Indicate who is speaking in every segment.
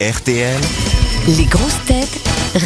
Speaker 1: RTL.
Speaker 2: Les grosses têtes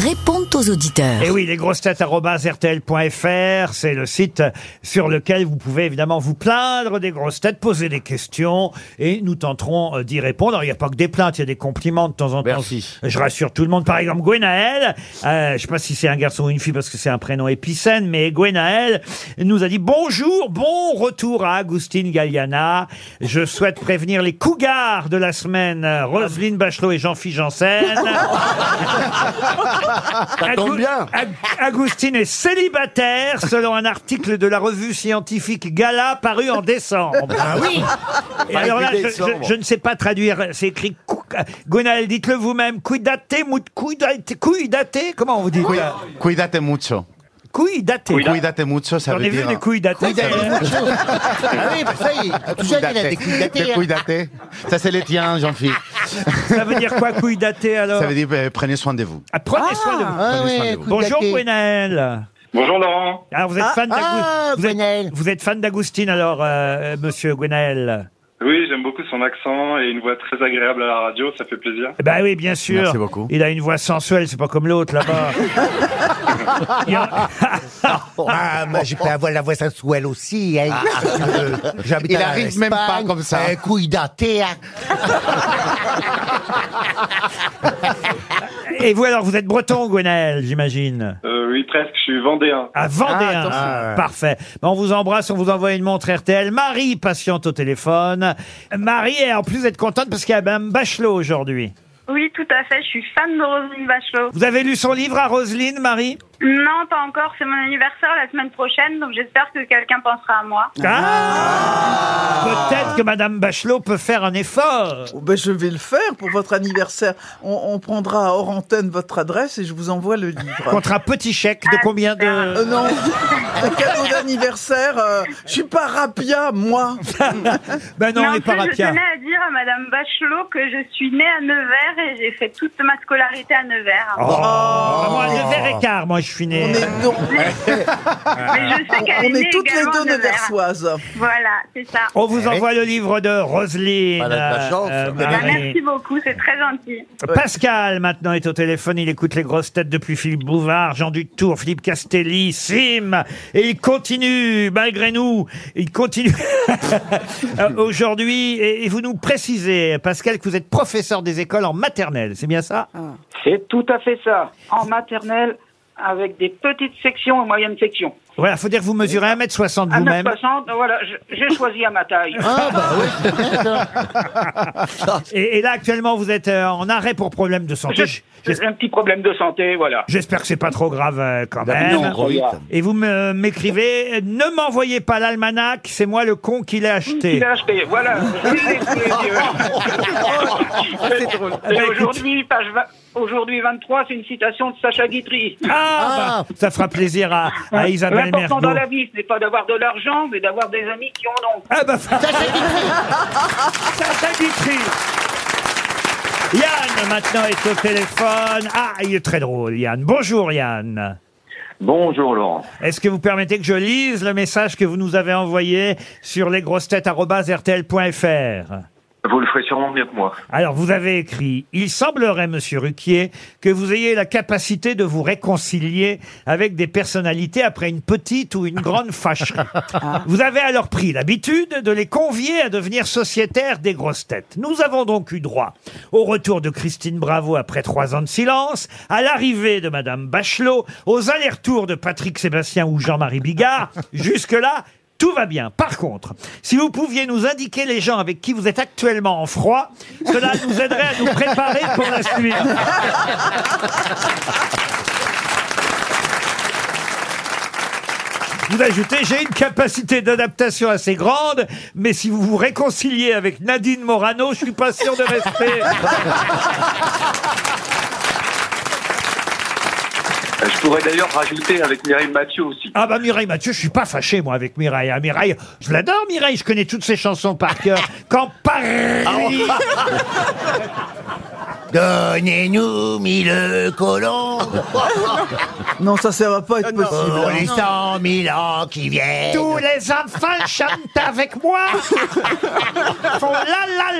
Speaker 2: répondent aux auditeurs.
Speaker 3: Et Eh oui, les grosses lesgrossetêtes.rtl.fr, c'est le site sur lequel vous pouvez évidemment vous plaindre des grosses têtes, poser des questions et nous tenterons euh, d'y répondre. Alors, il n'y a pas que des plaintes, il y a des compliments de temps en temps.
Speaker 4: Merci.
Speaker 3: Je rassure tout le monde. Par exemple, Gwenaël, euh, je ne sais pas si c'est un garçon ou une fille parce que c'est un prénom épicène, mais Gwenaël nous a dit bonjour, bon retour à Agustine Galliana. Je souhaite prévenir les cougars de la semaine, euh, Roselyne Bachelot et Jean-Philippe Janssen.
Speaker 4: Ça tombe
Speaker 3: Agu-
Speaker 4: bien.
Speaker 3: Ag- Agustine est célibataire selon un article de la revue scientifique Gala paru en décembre.
Speaker 5: Ah
Speaker 3: oui Alors là, je,
Speaker 4: Décembre.
Speaker 3: je- je ne sais pas traduire, c'est écrit... cou- Gwenaël, dites-le vous-même, cuidate, mut, cuidate, cuidate, comment on vous dit ça
Speaker 6: Cuídate mucho.
Speaker 3: Cuidate.
Speaker 6: Cuídate mucho, ça
Speaker 3: J'en
Speaker 6: veut
Speaker 3: ai vu
Speaker 6: dire.
Speaker 3: des cuidate.
Speaker 5: Ah oui, bah ça y est, tout ça, il a des coups
Speaker 6: Cuídate.
Speaker 5: datés,
Speaker 6: Te
Speaker 5: hein.
Speaker 6: cuídate. Ça, c'est les tiens, Jean-Philippe.
Speaker 3: Ça veut dire quoi, cuidate, alors
Speaker 6: Ça veut dire euh, prenez soin de vous.
Speaker 3: Ah, Prenez soin de vous.
Speaker 5: Ah
Speaker 6: Prenez soin
Speaker 5: ouais,
Speaker 6: de vous.
Speaker 5: coups
Speaker 3: Bonjour,
Speaker 5: datés.
Speaker 3: Gwenaël.
Speaker 7: Bonjour Laurent.
Speaker 3: Alors, vous êtes
Speaker 5: Ah,
Speaker 3: fan d'Agu-
Speaker 5: ah,
Speaker 3: vous, êtes,
Speaker 5: Gwenaël.
Speaker 3: vous êtes fan d'Agustine, alors, euh, monsieur Gwenaël
Speaker 7: Oui, j'aime beaucoup son accent et une voix très agréable à la radio, ça fait plaisir.
Speaker 3: Bah oui, bien sûr.
Speaker 6: Merci beaucoup.
Speaker 3: Il a une voix sensuelle, c'est pas comme l'autre là-bas. Il y a-
Speaker 5: Ah, moi, j'ai pas avoir la voix sensuelle aussi.
Speaker 1: Ah.
Speaker 5: Hein. J'habite
Speaker 6: Il
Speaker 5: en
Speaker 6: arrive même pas
Speaker 5: Espagne,
Speaker 6: comme ça.
Speaker 5: Un couille daté. Hein.
Speaker 3: Et vous alors, vous êtes breton, Gwenaël, j'imagine.
Speaker 7: Euh, oui, presque, je suis vendéen.
Speaker 3: À Vendéen.
Speaker 5: attention. Ah, ouais.
Speaker 3: Parfait. Bah, on vous embrasse, on vous envoie une montre RTL. Marie patiente au téléphone. Marie, et en plus, vous êtes contente parce qu'il y a Mme Bachelot aujourd'hui.
Speaker 8: Oui, tout à fait. Je suis fan de Roselyne Bachelot.
Speaker 3: Vous avez lu son livre à Roselyne, Marie
Speaker 8: Non, pas encore. C'est mon anniversaire la semaine prochaine, donc j'espère que quelqu'un pensera à moi.
Speaker 3: Ah Peut-être que Mme Bachelot peut faire un effort.
Speaker 9: Oh, ben, je vais le faire pour votre anniversaire. On, on prendra hors antenne votre adresse et je vous envoie le livre.
Speaker 3: Contre un petit chèque de combien
Speaker 9: Euh,
Speaker 3: de...
Speaker 9: non, un cadeau d'anniversaire. euh, je suis pas rapia, moi.
Speaker 3: Ben non,
Speaker 8: Mais
Speaker 3: on
Speaker 8: en
Speaker 3: n'est
Speaker 8: plus,
Speaker 3: pas
Speaker 8: je
Speaker 3: rapia.
Speaker 8: tenais à dire à Madame Bachelot que je suis née à Nevers et j'ai fait toute ma scolarité à Nevers.
Speaker 3: Oh, Moi, le verre écart, moi, je suis né.
Speaker 9: On est, donc-
Speaker 8: Mais je sais qu'elle
Speaker 9: on
Speaker 8: est née
Speaker 9: est toutes les
Speaker 8: également à
Speaker 9: deux
Speaker 8: Nevers.
Speaker 9: neversoises.
Speaker 8: Voilà, c'est ça.
Speaker 3: On vous envoie le livre de Roselyne.
Speaker 4: Pas
Speaker 3: Euh,
Speaker 4: de la chance. Ah
Speaker 8: Bah,
Speaker 3: Marie.
Speaker 8: merci beaucoup, c'est très gentil.
Speaker 3: Euh, Pascal, maintenant, est au téléphone. Il écoute les grosses têtes depuis Philippe Bouvard, Jean Dutour, Philippe Castelli, Sim. Et il continue, malgré nous, il continue Euh, aujourd'hui. Et, et vous nous précisez, Pascal, que vous êtes professeur des écoles en maternelle. C'est bien ça
Speaker 10: C'est tout à fait ça. En maternelle, avec des petites sections et moyennes sections.
Speaker 3: Voilà, faut dire que vous mesurez 1m60 vous-même.
Speaker 10: 1m60, voilà, je- j'ai choisi à ma taille.
Speaker 3: Et, et là, actuellement, vous êtes euh, en arrêt pour problème de santé.
Speaker 10: J'ai j'ai un petit problème de santé, voilà.
Speaker 3: J'espère que c'est pas trop grave euh, quand même.
Speaker 10: Non,
Speaker 6: Euh,
Speaker 10: regarde.
Speaker 3: Et vous me- m'écrivez, ne m'envoyez pas l'almanach, c'est moi le con qui l'ai acheté.
Speaker 10: Il a acheté, voilà. Je l'ai sous les yeux.
Speaker 3: Ah, bah,
Speaker 10: Et aujourd'hui, page vingt- aujourd'hui 23, c'est une citation de Sacha Guitry.
Speaker 3: Ah, bah, ça fera plaisir à, à Isabelle
Speaker 10: Ah, L'important
Speaker 3: Mergo.
Speaker 10: dans la vie, ce n'est pas d'avoir de l'argent, mais d'avoir des amis qui en ont.
Speaker 3: Ah bah, Sacha Guitry. Yann, maintenant, est au téléphone. Ah, il est très drôle, Yann. Bonjour, Yann.
Speaker 7: Bonjour Laurent.
Speaker 3: Est-ce que vous permettez que je lise le message que vous nous avez envoyé sur lesgrossetêtes.rtl.fr
Speaker 7: Vous le ferez sûrement mieux que moi.
Speaker 3: Alors, vous avez écrit « Il semblerait, Monsieur Ruquier, que vous ayez la capacité de vous réconcilier avec des personnalités après une petite ou une grande fâcherie. Vous avez alors pris l'habitude de les convier à devenir sociétaires des grosses têtes. Nous avons donc eu droit au retour de Christine Bravo après trois ans de silence, à l'arrivée de Madame Bachelot, aux allers-retours de Patrick Sébastien ou Jean-Marie Bigard. Jusque-là, tout va bien. Par contre, si vous pouviez nous indiquer les gens avec qui vous êtes actuellement en froid, cela nous aiderait à nous préparer pour la suite. Vous ajoutez, j'ai une capacité d'adaptation assez grande, mais si vous vous réconciliez avec Nadine Morano, je suis pas sûr de rester.
Speaker 7: Euh, Je pourrais d'ailleurs rajouter avec Mireille Mathieu aussi.
Speaker 3: Ah bah Mireille Mathieu, je suis pas fâché moi avec Mireille. Ah, Mireille, je l'adore Mireille, je connais toutes ses chansons par cœur. Quand Paris
Speaker 5: Donnez-nous mille colons.
Speaker 9: Non, ça, ça va pas être possible.
Speaker 5: Pour
Speaker 9: hein.
Speaker 5: les cent mille ans qui viennent.
Speaker 3: Tous les enfants chantent avec moi. Ils font la la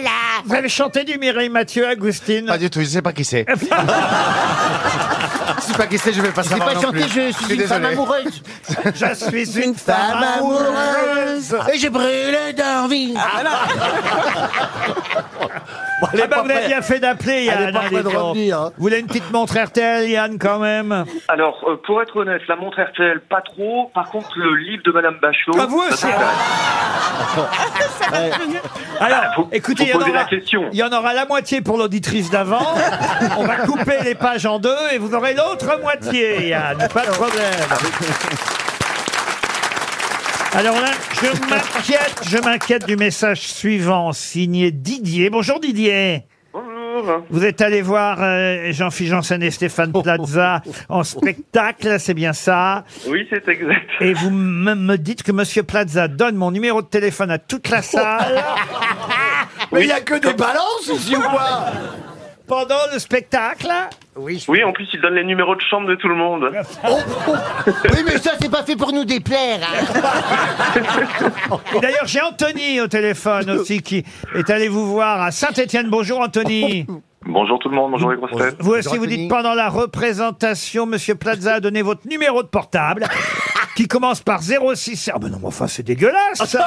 Speaker 3: la. Vous avez chanté du Mireille Mathieu, Agustine
Speaker 6: Pas du tout, je sais pas qui c'est. Euh, je sais pas qui c'est, je vais pas
Speaker 1: Je n'ai
Speaker 6: savoir
Speaker 1: pas
Speaker 6: non
Speaker 1: chanté,
Speaker 6: plus.
Speaker 1: je suis, une femme
Speaker 6: désolé.
Speaker 1: amoureuse.
Speaker 3: Je suis une
Speaker 1: Femme amoureuse. Et je brûle d'envie. Ah,
Speaker 3: Ah bah, vous avez bien fait d'appeler, Yann.
Speaker 1: Elle est pas
Speaker 3: hein,
Speaker 1: près de
Speaker 3: dis donc.
Speaker 1: revenir, hein.
Speaker 3: Vous voulez une petite montre RTL, Yann, quand même
Speaker 7: Alors, euh, pour être honnête, la montre RTL, pas trop. Par contre, le livre de Madame Bachelot.
Speaker 3: Ah, vous aussi,
Speaker 7: ça m'intéresse.
Speaker 3: Alors,
Speaker 7: Faut-
Speaker 3: écoutez, il
Speaker 7: faut
Speaker 3: y en
Speaker 7: poser
Speaker 3: aura-
Speaker 7: la question.
Speaker 3: il y en aura la moitié pour l'auditrice d'avant. On va couper les pages en deux et vous aurez l'autre moitié, Yann. Pas de problème. Alors là, je m'inquiète, je m'inquiète du message suivant, signé Didier. Bonjour Didier.
Speaker 7: Bonjour.
Speaker 3: Vous êtes allé voir euh, Jean-Philippe Janssen et Stéphane Plaza en spectacle, c'est bien ça.
Speaker 7: Oui, c'est exact.
Speaker 3: Et vous me me dites que Monsieur Plaza donne mon numéro de téléphone à toute la salle
Speaker 1: Mais il n'y a que des balances ici ou quoi
Speaker 3: pendant le spectacle.
Speaker 7: Oui, en plus, il donne les numéros de chambre de tout le monde.
Speaker 1: Oh, oh. Oui, mais ça, c'est pas fait pour nous déplaire. hein.
Speaker 3: Et d'ailleurs, j'ai Anthony au téléphone aussi qui est allé vous voir à Saint-Étienne. Bonjour Anthony.
Speaker 7: Bonjour tout le monde, bonjour les grosses têtes.
Speaker 3: Vous aussi, vous
Speaker 1: Anthony.
Speaker 3: dites pendant la représentation, Monsieur Plaza a donné votre numéro de portable qui commence par 06. Ah ben non, mais enfin, c'est dégueulasse ça.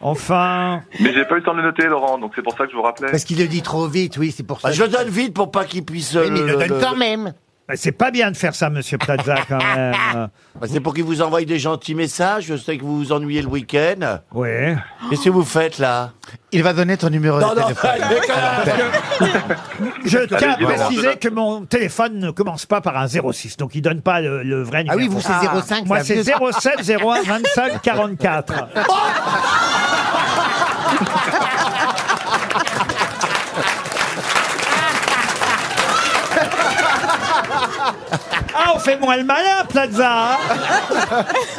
Speaker 3: Enfin,
Speaker 7: Mais j'ai pas eu le temps de le noter, Laurent, donc c'est pour ça que je vous rappelais.
Speaker 5: Parce qu'il le dit trop vite, oui, c'est pour ça.
Speaker 1: Bah, Je donne vite pour pas qu'il puisse.
Speaker 5: Oui, mais il le donne
Speaker 1: quand
Speaker 5: quand
Speaker 1: même.
Speaker 2: même.
Speaker 3: ben, c'est pas bien de faire ça, Monsieur Plaza quand même.
Speaker 1: Bah, C'est pour qu'il vous envoie des gentils messages. Je sais que vous vous ennuyez le week-end.
Speaker 3: Ouais.
Speaker 1: Qu'est-ce que vous faites là
Speaker 6: Il va donner ton numéro de téléphone.
Speaker 3: Je tiens à
Speaker 7: Allez, voilà.
Speaker 3: préciser que mon téléphone ne commence pas par un 06, donc il donne pas le, le vrai
Speaker 5: Ah
Speaker 3: numéro.
Speaker 5: oui, vous, c'est 05.
Speaker 3: Moi,
Speaker 5: ça,
Speaker 3: c'est
Speaker 5: vieux.
Speaker 3: 07 01 25 44. Ah, on fait moins le malin, Plaza hein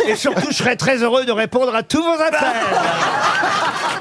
Speaker 3: Et surtout, je serais très heureux de répondre à tous vos appels